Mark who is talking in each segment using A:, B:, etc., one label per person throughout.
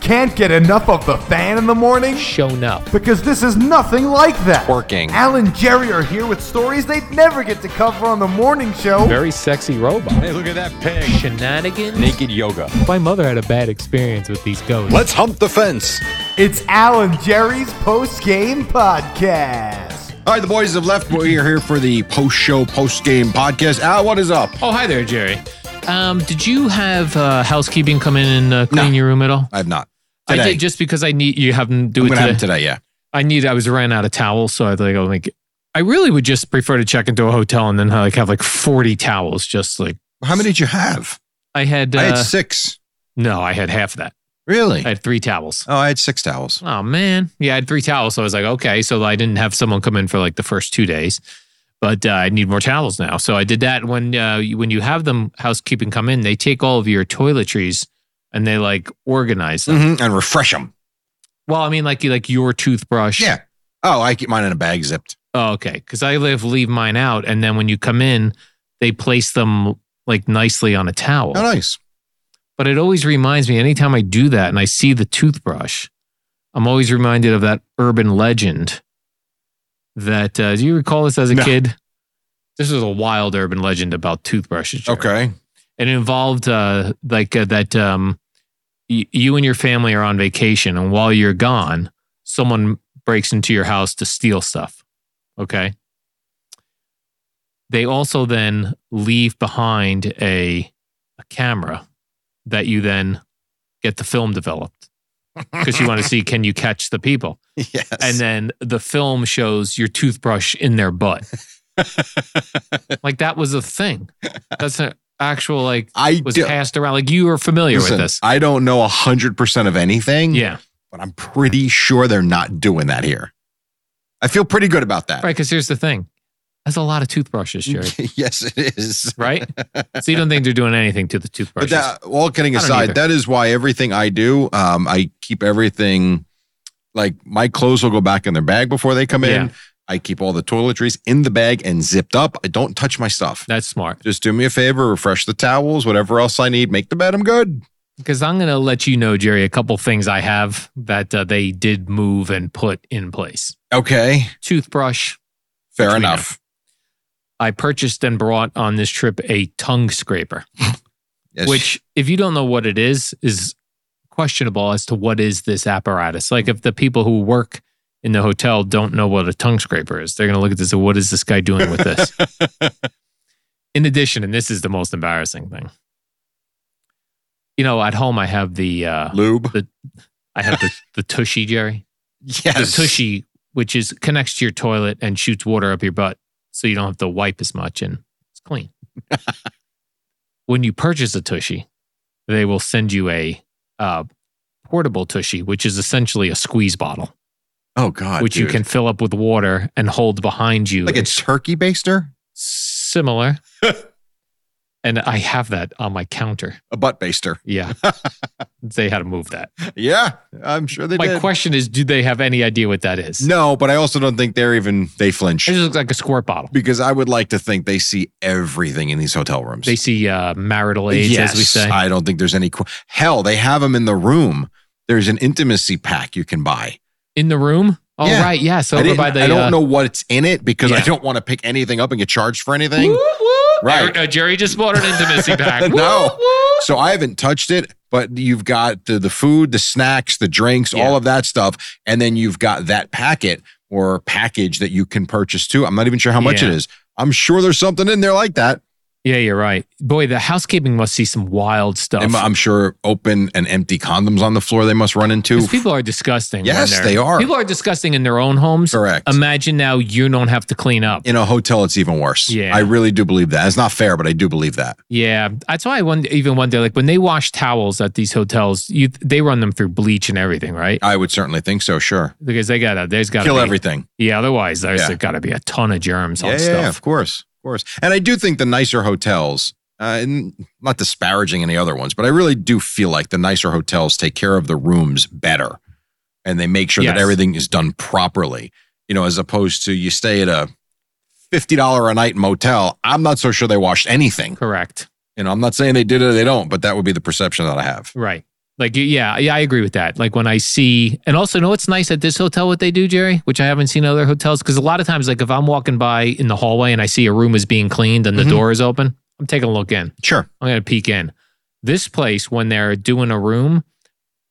A: Can't get enough of the fan in the morning?
B: shown up.
A: Because this is nothing like that.
C: Working.
A: Al and Jerry are here with stories they'd never get to cover on the morning show.
B: Very sexy robot.
C: Hey, look at that pig.
B: Shenanigans.
C: Naked yoga.
B: My mother had a bad experience with these ghosts.
C: Let's hump the fence.
A: It's Al and Jerry's post game podcast.
C: All right, the boys have left. We are here for the post show, post game podcast. Al, what is up?
B: Oh, hi there, Jerry. Um, did you have uh, housekeeping come in and uh, clean
C: No.
B: your room at all?
C: I have not.
B: I
C: Today.
B: did just because I need you haven't do
C: I'm
B: it
C: going to
B: today.
C: have it today, yeah.
B: I need. I was ran out of towels, so I like. I'm like. I really would just prefer to check into a hotel and then uh, like have like 40 towels. Just like
C: How many did you have?
B: I had. Uh,
C: I had six.
B: no, I had half that.
C: Really?
B: I had three towels.
C: oh, I had six towels.
B: Oh man, yeah, I had three towels. So I was like, okay, so I didn't have someone come in for like the first two days, but uh, I need more towels now. So I did that. When uh, you- when you have them housekeeping come in, they take all of your toiletries and they like organize them.
C: hmm And refresh them.
B: Well, I mean, like you like your toothbrush.
C: Yeah. Oh, I keep mine in a bag zipped.
B: Oh, okay, because I live leave mine out, and then when you come in, they place them like nicely on a towel.
C: Oh, nice.
B: But it always reminds me anytime I do that and I see the toothbrush, I'm always reminded of that urban legend that uh, do you recall this as a
C: No.
B: kid? This was a wild urban legend about toothbrushes. Jerry.
C: Okay.
B: And it involved uh, like uh, that um, y- you and your family are on vacation, and while you're gone, someone breaks into your house to steal stuff. Okay. They also then leave behind a, a camera that you then get the film developed because you want to see can you catch the people?
C: Yes.
B: And then the film shows your toothbrush in their butt. like that was a thing. That's an actual like
C: I
B: was
C: do.
B: passed around. Like you were familiar
C: Listen,
B: with this.
C: I don't know 100% of anything,
B: yeah.
C: but I'm pretty sure they're not doing that here. I feel pretty good about that.
B: Right. Because here's the thing that's a lot of toothbrushes, Jerry.
C: yes, it is.
B: right? So you don't think they're doing anything to the
C: But
B: toothbrushes.
C: that, all kidding
B: I don't either.
C: aside, that is why everything I do, um, I keep everything. Like my clothes will go back in their bag before they come in.
B: Yeah.
C: I keep all the toiletries in the bag and zipped up. I don't touch my stuff.
B: That's smart.
C: Just do me a favor, refresh the towels, whatever else I need, make the bed. I'm good.
B: Because I'm going to let you know, Jerry, a couple things I have that uh, they did move and put in place.
C: Okay,
B: Toothbrush.
C: fair
B: Which we
C: enough.
B: I purchased and brought on this trip a tongue scraper,
C: Yes.
B: which, if you don't know what it is, is questionable as to what is this apparatus. Like, if the people who work in the hotel don't know what a tongue scraper is, they're going to look at this and say, what is this guy doing with this? in addition, and this is the most embarrassing thing. You know, at home I have the uh,
C: lube?
B: I have the, the tushy, Jerry. The
C: Yes,
B: tushy, which is connects to your toilet and shoots water up your butt, so you don't have to wipe as much and it's clean. when you purchase a tushy, they will send you a uh, portable tushy, which is essentially a squeeze bottle,
C: Oh god,
B: which you
C: dude.
B: can fill up with water and hold behind you.
C: like a turkey baster,
B: similar. and I have that on my counter.
C: a butt baster.
B: Yeah. they had to move that.
C: Yeah, I'm sure they
B: My
C: did.
B: question is, do they have any idea what that is?
C: no, but I also don't think they're even they flinch.
B: It just looks like a squirt bottle.
C: because I would like to think they see everything in these hotel rooms.
B: They see uh, marital age, as we say.
C: I don't think there's any. qu- Hell, they have them in the room. There's an intimacy pack you can buy.
B: In the room? Oh,
C: Yeah.
B: right. Yes.
C: I,
B: Over
C: didn't-
B: by the.
C: I don't
B: uh,
C: know what's in it because I
B: Yeah.
C: don't want to pick anything up and get charged for anything.
B: woo, woo.
C: Right.
B: Uh, Jerry just bought an intimacy pack. Woo,
C: No.
B: woo.
C: So I haven't touched it, but you've got the, the food, the snacks, the drinks,
B: Yeah.
C: all of that stuff. And then you've got that packet or package that you can purchase too. I'm not even sure how much
B: Yeah.
C: it is. I'm sure there's something in there like that.
B: Yeah, you're right. Boy, the housekeeping must see some wild stuff.
C: They mu- I'm sure open and empty condoms on the floor they must run into.
B: 'Cause people are disgusting. when
C: Yes,
B: they're-
C: they are.
B: People are disgusting in their own homes.
C: Correct.
B: Imagine now you don't have to clean up.
C: In a hotel, it's even worse.
B: Yeah.
C: I really do believe that. It's not fair, but I do believe that.
B: Yeah, that's why I wonder, even wonder like when they wash towels at these hotels, you they run them through bleach and everything, right?
C: I would certainly think so. Sure,
B: Because they gotta, there's gotta
C: kill
B: be,
C: everything.
B: Yeah, otherwise there's
C: Yeah.
B: there gotta be a ton of germs
C: yeah,
B: on
C: yeah, yeah,
B: stuff.
C: of course, of course. And I do think the nicer hotels, uh, and not disparaging any other ones, but I really do feel like the nicer hotels take care of the rooms better, and they make sure that
B: Yes.
C: everything is done properly. You know, as opposed to you stay at a fifty dollar a night motel. I'm not so sure they washed anything.
B: Correct.
C: You know, I'm not saying they did it or they don't, but that would be the perception that I have.
B: Right. Like yeah, yeah, I agree with that. Like when I see, and also, you know what's nice at this hotel? What they do, Jerry, which I haven't seen at other hotels, because a lot of times, like if I'm walking by in the hallway and I see a room is being cleaned and the
C: Mhm.
B: door is open, I'm taking a look in.
C: Sure.
B: I'm gonna peek in. This place, when they're doing a room,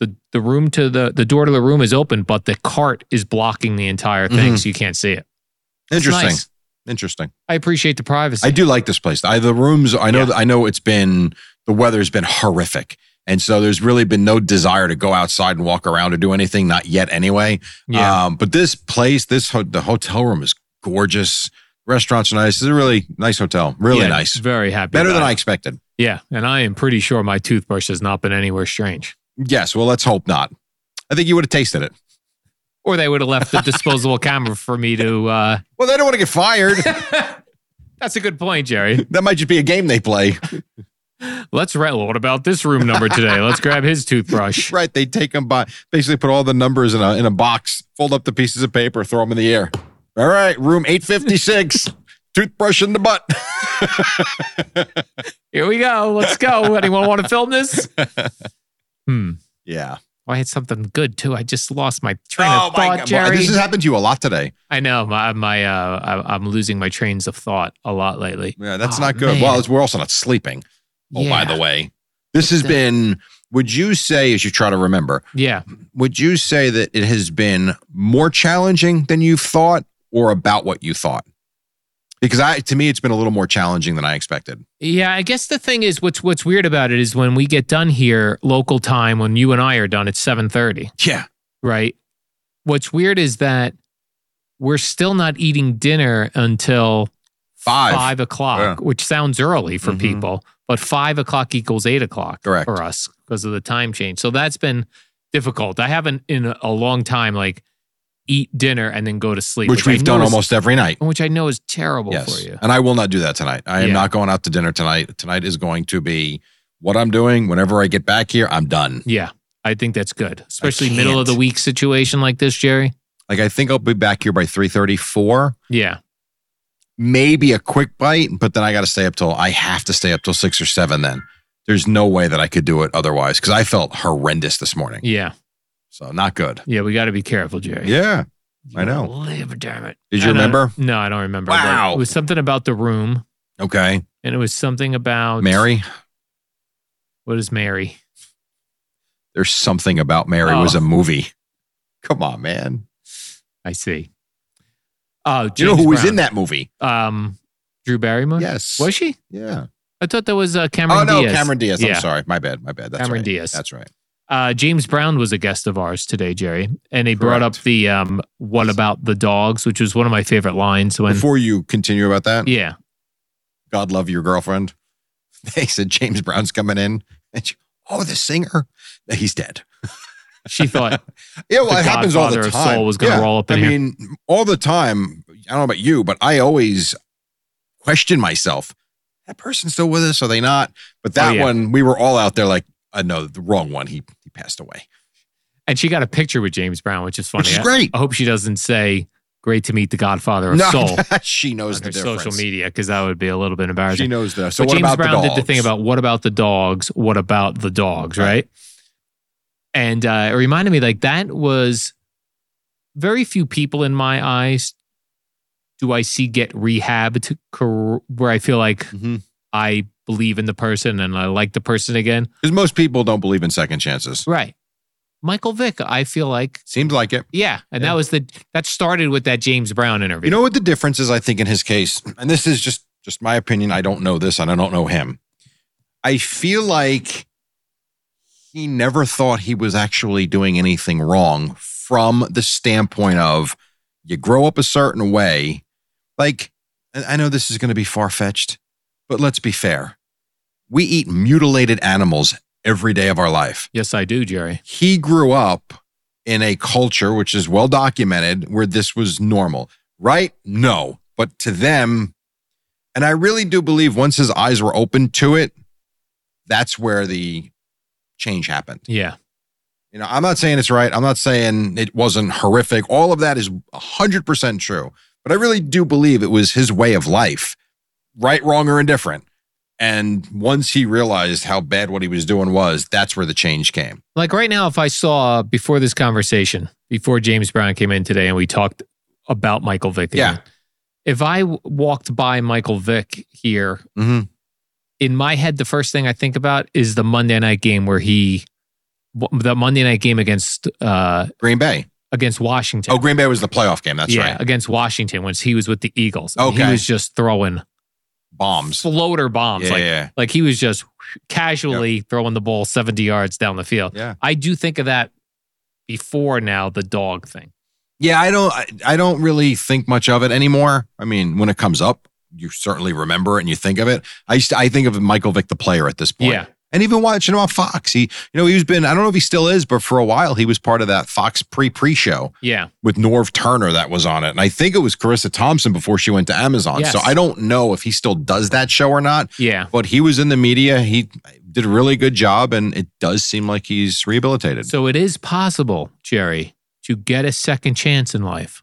B: the the room to the the door to the room is open, but the cart is blocking the entire thing,
C: Mhm.
B: so you can't see it. It's
C: Interesting.
B: nice.
C: Interesting.
B: I appreciate the privacy.
C: I do like this place. I, the rooms, I know, I know it's been, the weather's been horrific. And so there's really been no desire to go outside and walk around or do anything, not yet anyway.
B: yeah,
C: Um, but this place, this, ho- the hotel room is gorgeous. Restaurants are nice. It's a really nice hotel. Really
B: Yeah,
C: nice.
B: Very happy.
C: Better
B: about
C: than I
B: it.
C: expected.
B: Yeah, and I am pretty sure my toothbrush has not been anywhere strange.
C: Yes. Well, let's hope not. I think you would have tasted it.
B: Or they would have left the disposable camera for me to. Uh,
C: Well, they don't want to get fired.
B: that's a good point, Jerry.
C: that might just be a game they play.
B: Let's rent. What about this room number today? Let's grab his toothbrush.
C: Right. They take them by basically put all the numbers in a in a box, fold up the pieces of paper, throw them in the air. All right, room 856. Toothbrush in the butt.
B: Here we go. Let's go. Anyone want to film this? Hmm.
C: Yeah.
B: Oh, I had something good too. I just lost my train of thought,
C: Oh Well,
B: Jerry.
C: This has happened to you a lot today.
B: I know my my uh, I, I'm losing my trains of thought a lot lately.
C: Yeah, that's
B: Oh,
C: not good.
B: man.
C: Well, it's, we're also not sleeping. Oh,
B: yeah.
C: by the way. This has
B: the-
C: been, would you say, as you try to remember,
B: yeah,
C: would you say that it has been more challenging than you thought or about what you thought? Because I to me it's been a little more challenging than I expected.
B: yeah. I guess the thing is, what's what's weird about it is when we get done here local time, when you and I are done, it's seven thirty,
C: Yeah.
B: right? What's weird is that we're still not eating dinner until
C: Five.
B: five o'clock,
C: Yeah.
B: which sounds early for
C: Mhm.
B: people, but five o'clock equals eight o'clock
C: Correct.
B: for us because of the time change. So that's been difficult. I haven't in a, a long time like eat dinner and then go to sleep,
C: Which
B: I
C: we've
B: know
C: done
B: is-
C: almost every night.
B: which I know is terrible for you.
C: And I will not do that tonight. I am
B: Yeah.
C: not going out to dinner tonight. Tonight is going to be what I'm doing. Whenever I get back here, I'm done.
B: Yeah, I think that's good, especially middle of
C: can't.
B: the week situation like this, Jerry.
C: Like I think I'll be back here by 3:34.
B: Yeah,
C: Maybe a quick bite, but then I got to stay up till I have to stay up till 6 or 7 then. There's no way that I could do it otherwise cuz I felt horrendous this morning.
B: yeah,
C: So not good.
B: yeah. We got to be careful, Jerry.
C: Yeah. I know.
B: Live, damn it.
C: Did you
B: And, uh,
C: remember?
B: no, I don't remember. but
C: Wow.
B: it was something about the room,
C: Okay.
B: and it was something about
C: Mary,
B: What is Mary?
C: there's something about Mary was
B: Oh.
C: a movie. Come on, man.
B: I see. Oh,
C: Do you know who was
B: Brown.
C: in that movie?
B: Um, Drew Barrymore.
C: Yes.
B: was she?
C: Yeah.
B: I thought that was uh, Cameron.
C: Oh no,
B: Diaz.
C: Cameron Diaz. I'm
B: Yeah.
C: sorry. My bad. My bad. That's
B: Cameron
C: right.
B: Diaz.
C: That's right.
B: Uh, James Brown was a guest of ours today, Jerry, and he brought up
C: Correct.
B: the um, "What about the dogs?" which was one of my favorite lines. When
C: Before you continue about that,
B: yeah,
C: God love your girlfriend. They said James Brown's coming in, and she, oh, the singer, he's dead.
B: she thought
C: Yeah, well,
B: The
C: it happens all the
B: Godfather of
C: time.
B: Soul was gonna
C: Yeah.
B: roll up in
C: I
B: here.
C: mean, all the time. I don't know about you, but I always question myself. That person's still with us? Are they not? But that
B: Oh, yeah.
C: one, we were all out there like, uh, no, the wrong one. He he passed away.
B: and she got a picture with James Brown, which is funny.
C: Which is
B: I-
C: great.
B: I, hope she doesn't say "Great to meet the Godfather of Soul" on
C: she knows
B: her
C: the difference.
B: social media because that would be a little bit
C: She
B: embarrassing.
C: knows the. So
B: but
C: what
B: James
C: about
B: Brown
C: the
B: did the thing
C: dogs?
B: about what about the dogs? What about the dogs?
C: Right.
B: Right. And uh, it reminded me like that was very few people in my eyes do I see get rehabbed cor- where I feel like
C: Mhm.
B: I believe in the person and I like the person again.
C: Because most people don't believe in second chances.
B: Right. Michael Vick, I feel like
C: Seems like it.
B: yeah, and
C: Yeah.
B: that was the that started with that James Brown interview.
C: You know what the difference is, I think, in his case? And this is just, just my opinion. I don't know this and I don't know him. I feel like he never thought he was actually doing anything wrong from the standpoint of you grow up a certain way. Like, and I know this is going to be far fetched, but let's be fair. We eat mutilated animals every day of our life
B: Yes, I do, Jerry.
C: he grew up in a culture which is well documented where this was normal, right? No, but to them, and I really do believe once his eyes were open to it, that's where the change happened.
B: Yeah.
C: You know, I'm not saying it's right. I'm not saying it wasn't horrific. All of that is 100% true. But I really do believe it was his way of life, right, wrong, or indifferent. And once he realized how bad what he was doing was, that's where the change came.
B: Like right now, if I saw before this conversation, before James Brown came in today and we talked about Michael Vick, again, if I w- walked by Michael Vick here,
C: Mm-hmm.
B: in my head, the first thing I think about is the Monday night game where he, the Monday night game against uh
C: Green Bay.
B: against Washington.
C: Oh, Green Bay was the playoff game. That's
B: yeah,
C: right.
B: against Washington when he was with the Eagles. And
C: Okay.
B: he was just throwing
C: Bombs.
B: floater bombs,
C: yeah,
B: like
C: yeah,
B: like he was just casually throwing the ball seventy yards down the field.
C: yeah.
B: I do think of that before now the dog thing.
C: Yeah, I don't. I, I don't really think much of it anymore. I mean, when it comes up, you certainly remember it and you think of it. I used to, I think of Michael Vick, the player, at this point.
B: Yeah.
C: And even watching him on Fox, he, you know, he's been, I don't know if he still is, but for a while, he was part of that Fox pre pre show
B: Yeah,
C: with Norv Turner that was on it. And I think it was Carissa Thompson before she went to Amazon.
B: Yes.
C: So I don't know if he still does that show or not.
B: yeah.
C: But he was in the media. He did a really good job, and it does seem like he's rehabilitated.
B: So it is possible, Jerry, to get a second chance in life.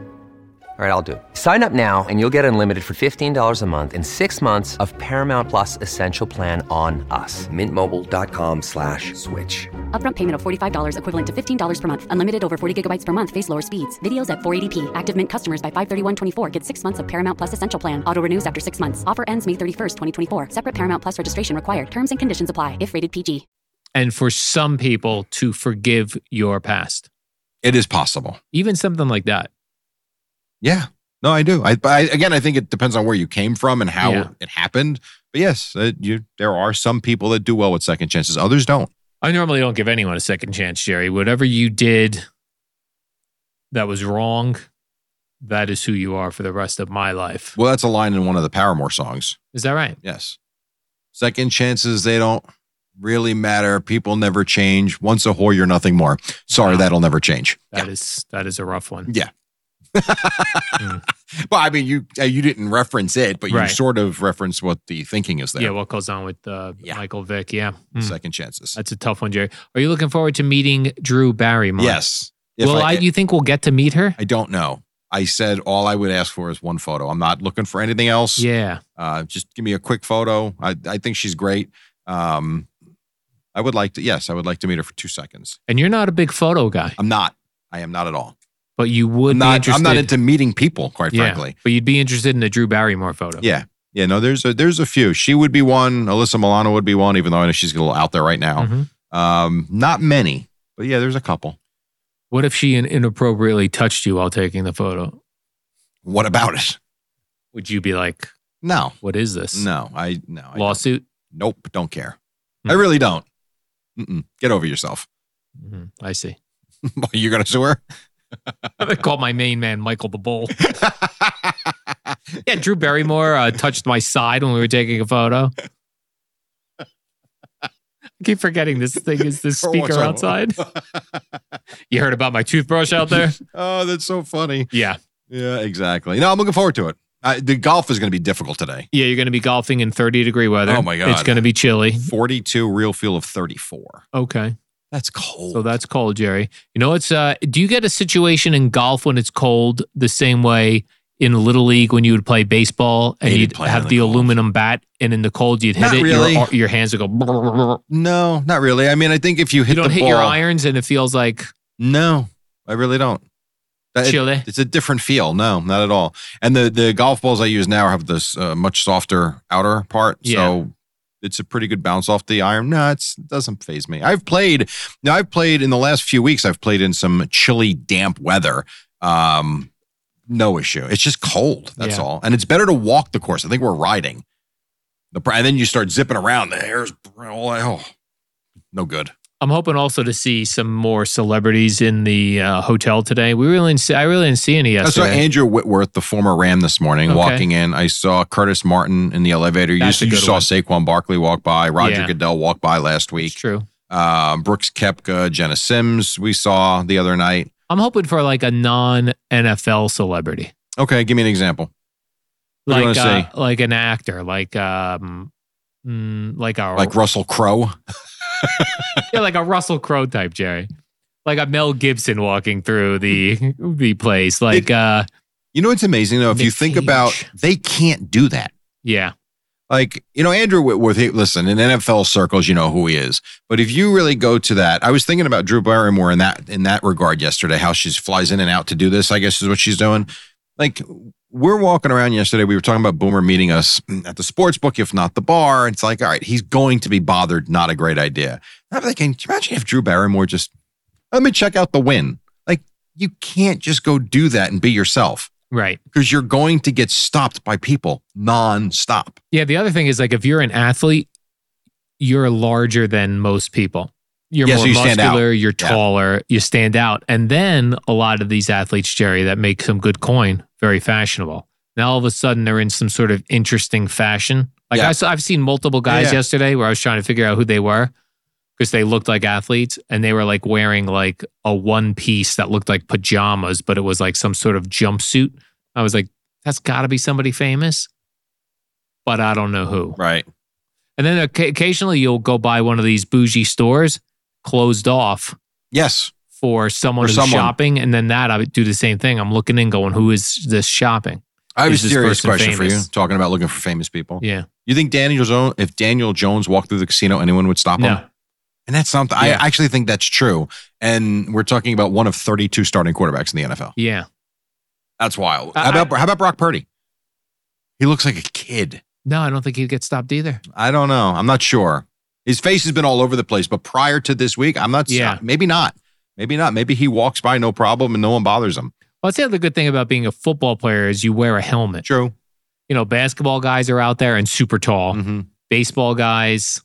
D: All right, I'll do it. Sign up now and you'll get unlimited for $15 a month in six months of Paramount Plus Essential Plan on us. Mintmobile.com slash switch.
E: Upfront payment of $45 equivalent to $15 per month. Unlimited over 40 gigabytes per month. Face lower speeds. Videos at 480p. Active Mint customers by 531.24 get six months of Paramount Plus Essential Plan. Auto renews after six months. Offer ends May 31st, 2024. Separate Paramount Plus registration required. Terms and conditions apply if rated PG.
B: And for some people to forgive your past,
C: It is possible.
B: even something like that.
C: Yeah. No, I do. I, but I, again, I think it depends on where you came from and how
B: Yeah.
C: it happened. But yes, uh, you, there are some people that do well with second chances. Others don't.
B: I normally don't give anyone a second chance, Jerry. Whatever you did that was wrong, that is who you are for the rest of my life.
C: Well, that's a line in one of the Paramore songs.
B: Is that right?
C: Yes. Second chances, they don't really matter. People never change. Once a whore, you're nothing more. Sorry,
B: Wow.
C: that'll never change.
B: That is that is a rough one.
C: Yeah. Well, I mean, you uh, you didn't reference it, but you
B: Right.
C: sort of reference what the thinking is there.
B: Yeah, what goes on with uh,
C: Yeah.
B: Michael Vick? Yeah, Mm.
C: Second chances.
B: that's a tough one, Jerry. Are you looking forward to meeting Drew Barrymore?
C: Yes. If
B: Well, I, you think we'll get to meet her?
C: I don't know. I said all I would ask for is one photo. I'm not looking for anything else.
B: Yeah,
C: Uh, just give me a quick photo. I, I think she's great. Um, I would like to, yes, I would like to meet her for two seconds.
B: and you're not a big photo guy,
C: I'm not. I am not at all.
B: but you would
C: I'm
B: be
C: not,
B: interested.
C: I'm not into meeting people, quite
B: yeah,
C: frankly.
B: but you'd be interested in a Drew Barrymore photo.
C: Yeah. Yeah. No, there's a, there's a few. She would be one. Alyssa Milano would be one, even though I know she's a little out there right now.
B: Mhm.
C: Um, not many, but yeah, there's a couple.
B: What if she in- inappropriately touched you while taking the photo?
C: What about it?
B: Would you be like,
C: No,
B: "What is this?
C: no, I, no, I
B: lawsuit?"
C: Nope, don't care.
B: Hmm.
C: I really don't. Mm-mm. Get over yourself.
B: hmm I see.
C: You're gonna sue her.
B: I'm gonna call my main man Michael the Bull. yeah, Drew Barrymore uh, touched my side when we were taking a photo. I keep forgetting this thing is this
C: For once
B: speaker
C: I-
B: outside. You heard about my toothbrush out there?
C: oh, that's so funny.
B: Yeah.
C: Yeah, exactly. No, I'm looking forward to it. I, the golf is gonna be difficult today.
B: Yeah, you're going to be golfing in 30 degree weather.
C: Oh, my God.
B: It's going to be chilly.
C: 42 real feel of 34.
B: Okay.
C: That's cold.
B: So that's cold, Jerry. You know, it's, uh, do you get a situation in golf when it's cold the same way in Little League when you would play baseball and
C: Hated
B: you'd
C: playing
B: have
C: in
B: the
C: the cold.
B: aluminum bat and in the cold you'd hit
C: Not
B: it,
C: really.
B: your, your hands would go, brr, brr, brr.
C: no, not really. I mean, I think if you hit
B: you don't
C: the
B: hit
C: ball,
B: your irons and it feels like,
C: no, I really don't. That- Uh, it-
B: Chilly.
C: it's a different feel. No, not at all. And the the golf balls I use now have this uh, much softer outer part,
B: Yeah.
C: so it's a pretty good bounce off the iron. No, it's, it doesn't phase me. I've played now. I've played in the last few weeks. I've played in some chilly, damp weather. Um, no issue. It's just cold. That's
B: Yeah.
C: all. And it's better to walk the course. I think we're riding. The pr- and then you start zipping around. The hair's br- oh, no good.
B: I'm hoping also to see some more celebrities in the uh, hotel today. We really didn't see, I really didn't see any
C: I saw
B: yesterday.
C: Andrew Whitworth, the former Ram, this morning
B: Okay.
C: walking in. I saw Curtis Martin in the elevator. You,
B: That's
C: s-
B: a
C: you
B: good
C: saw
B: one.
C: Saquon Barkley walk by. Roger
B: Yeah.
C: Goodell walked by last week.
B: it's true.
C: Um, Brooks Kepka, Jenna Sims, we saw the other night.
B: I'm hoping for like a non NFL celebrity,
C: Okay, give me an example. Who do you
B: like
C: wanna
B: uh, like an actor, like um, mm, like a
C: Like Russell Crowe.
B: yeah, like a Russell Crowe type, Jerry, like a Mel Gibson walking through the the place, like uh,
C: You know what's amazing though? If you
B: Nick
C: think
B: Cage.
C: about, they can't do that.
B: yeah,
C: Like you know, Andrew Whitworth. He, listen, in NFL circles, you know who he is. But if you really go to that, I was thinking about Drew Barrymore in that in that regard yesterday. How she flies in and out to do this, I guess, is what she's doing. Like we're walking around yesterday. We were talking about Boomer meeting us at the sports book, if not the bar. It's like, all right, he's going to be bothered. Not a great idea. I'm thinking, imagine if Drew Barrymore just let me check out the win. Like you can't just go do that and be yourself
B: right.
C: because you're going to get stopped by people nonstop.
B: Yeah, the other thing is like if you're an athlete, you're larger than most people. You're
C: Yeah,
B: more
C: so you stand
B: muscular, you're
C: Yeah.
B: taller, you stand out. And then a lot of these athletes, Jerry, that make some good coin, very fashionable. Now all of a sudden they're in some sort of interesting fashion. Like
C: Yeah.
B: I saw, I've seen multiple guys
C: yeah.
B: yesterday where I was trying to figure out who they were because they looked like athletes and they were like wearing like a one piece that looked like pajamas, but it was like some sort of jumpsuit. I was like, that's got to be somebody famous, but I don't know who.
C: Right.
B: And then occa- occasionally you'll go by one of these bougie stores closed off
C: Yes.
B: for someone
C: For
B: who's
C: someone.
B: shopping. And then that I would do the same thing. I'm looking in going, who is this shopping?
C: I have
B: Is
C: a
B: this
C: serious
B: person
C: question for you,
B: famous?
C: talking about looking for famous people.
B: Yeah.
C: You think Daniel Jones, if Daniel Jones walked through the casino, anyone would stop
B: No.
C: him? And that's something
B: Yeah.
C: I actually think that's true. And we're talking about one of 32 starting quarterbacks in the NFL.
B: Yeah.
C: That's wild.
B: I-
C: how about how about Brock Purdy? He looks like a kid.
B: No, I don't think he'd get stopped either.
C: I don't know. I'm not sure. His face has been all over the place, but prior to this week, I'm not.
B: Yeah.
C: Maybe not. Maybe not. Maybe he walks by no problem and no one bothers him.
B: Well, that's the other good thing about being a football player is you wear a helmet.
C: True.
B: You know, basketball guys are out there and super tall.
C: Mm-hmm.
B: Baseball guys,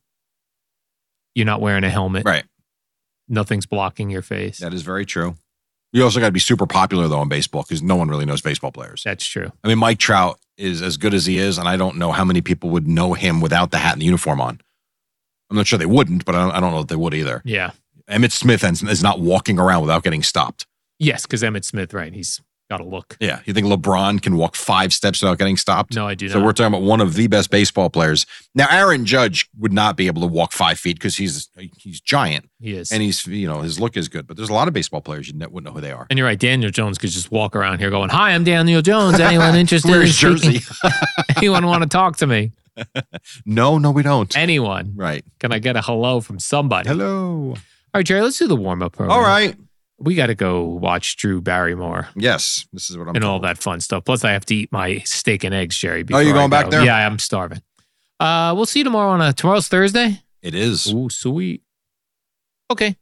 B: you're not wearing a helmet.
C: Right.
B: Nothing's blocking your face.
C: That is very true. You also got to be super popular though in baseball because no one really knows baseball players.
B: That's true.
C: I mean, Mike Trout is as good as he is, and I don't know how many people would know him without the hat and the uniform on. I'm not sure they wouldn't, but I don't, I don't know if they would either.
B: Yeah.
C: Emmett Smith is is not walking around without getting stopped.
B: Yes, because Emmett Smith, right? He's got a look.
C: Yeah, you think LeBron can walk five steps without getting stopped?
B: No, I do
C: So
B: not.
C: we're talking about one of the best baseball players. Now, Aaron Judge would not be able to walk five feet because he's he's giant
B: He is.
C: and he's you know his look is good. But there's a lot of baseball players you ne- wouldn't know who they are.
B: And you're right, Daniel Jones could just walk around here going, "Hi, I'm Daniel Jones. Anyone interested in
C: Where's
B: speaking?
C: Jersey?
B: Anyone want to talk to me?
C: No, no, we don't.
B: Anyone?
C: Right.
B: Can I get a hello from somebody?" All
C: Hello.
B: right, Jerry, let's do the warm up program.
C: All right.
B: we got to go watch Drew Barrymore
C: Yes. This is what I'm
B: and all that fun stuff. Plus, I have to eat my steak and eggs, Jerry.
C: Oh, you're
B: before I
C: going back
B: go.
C: there?
B: Yeah, I'm starving. Uh, we'll see you tomorrow on a tomorrow's Thursday.
C: It is.
B: Ooh, sweet. Okay,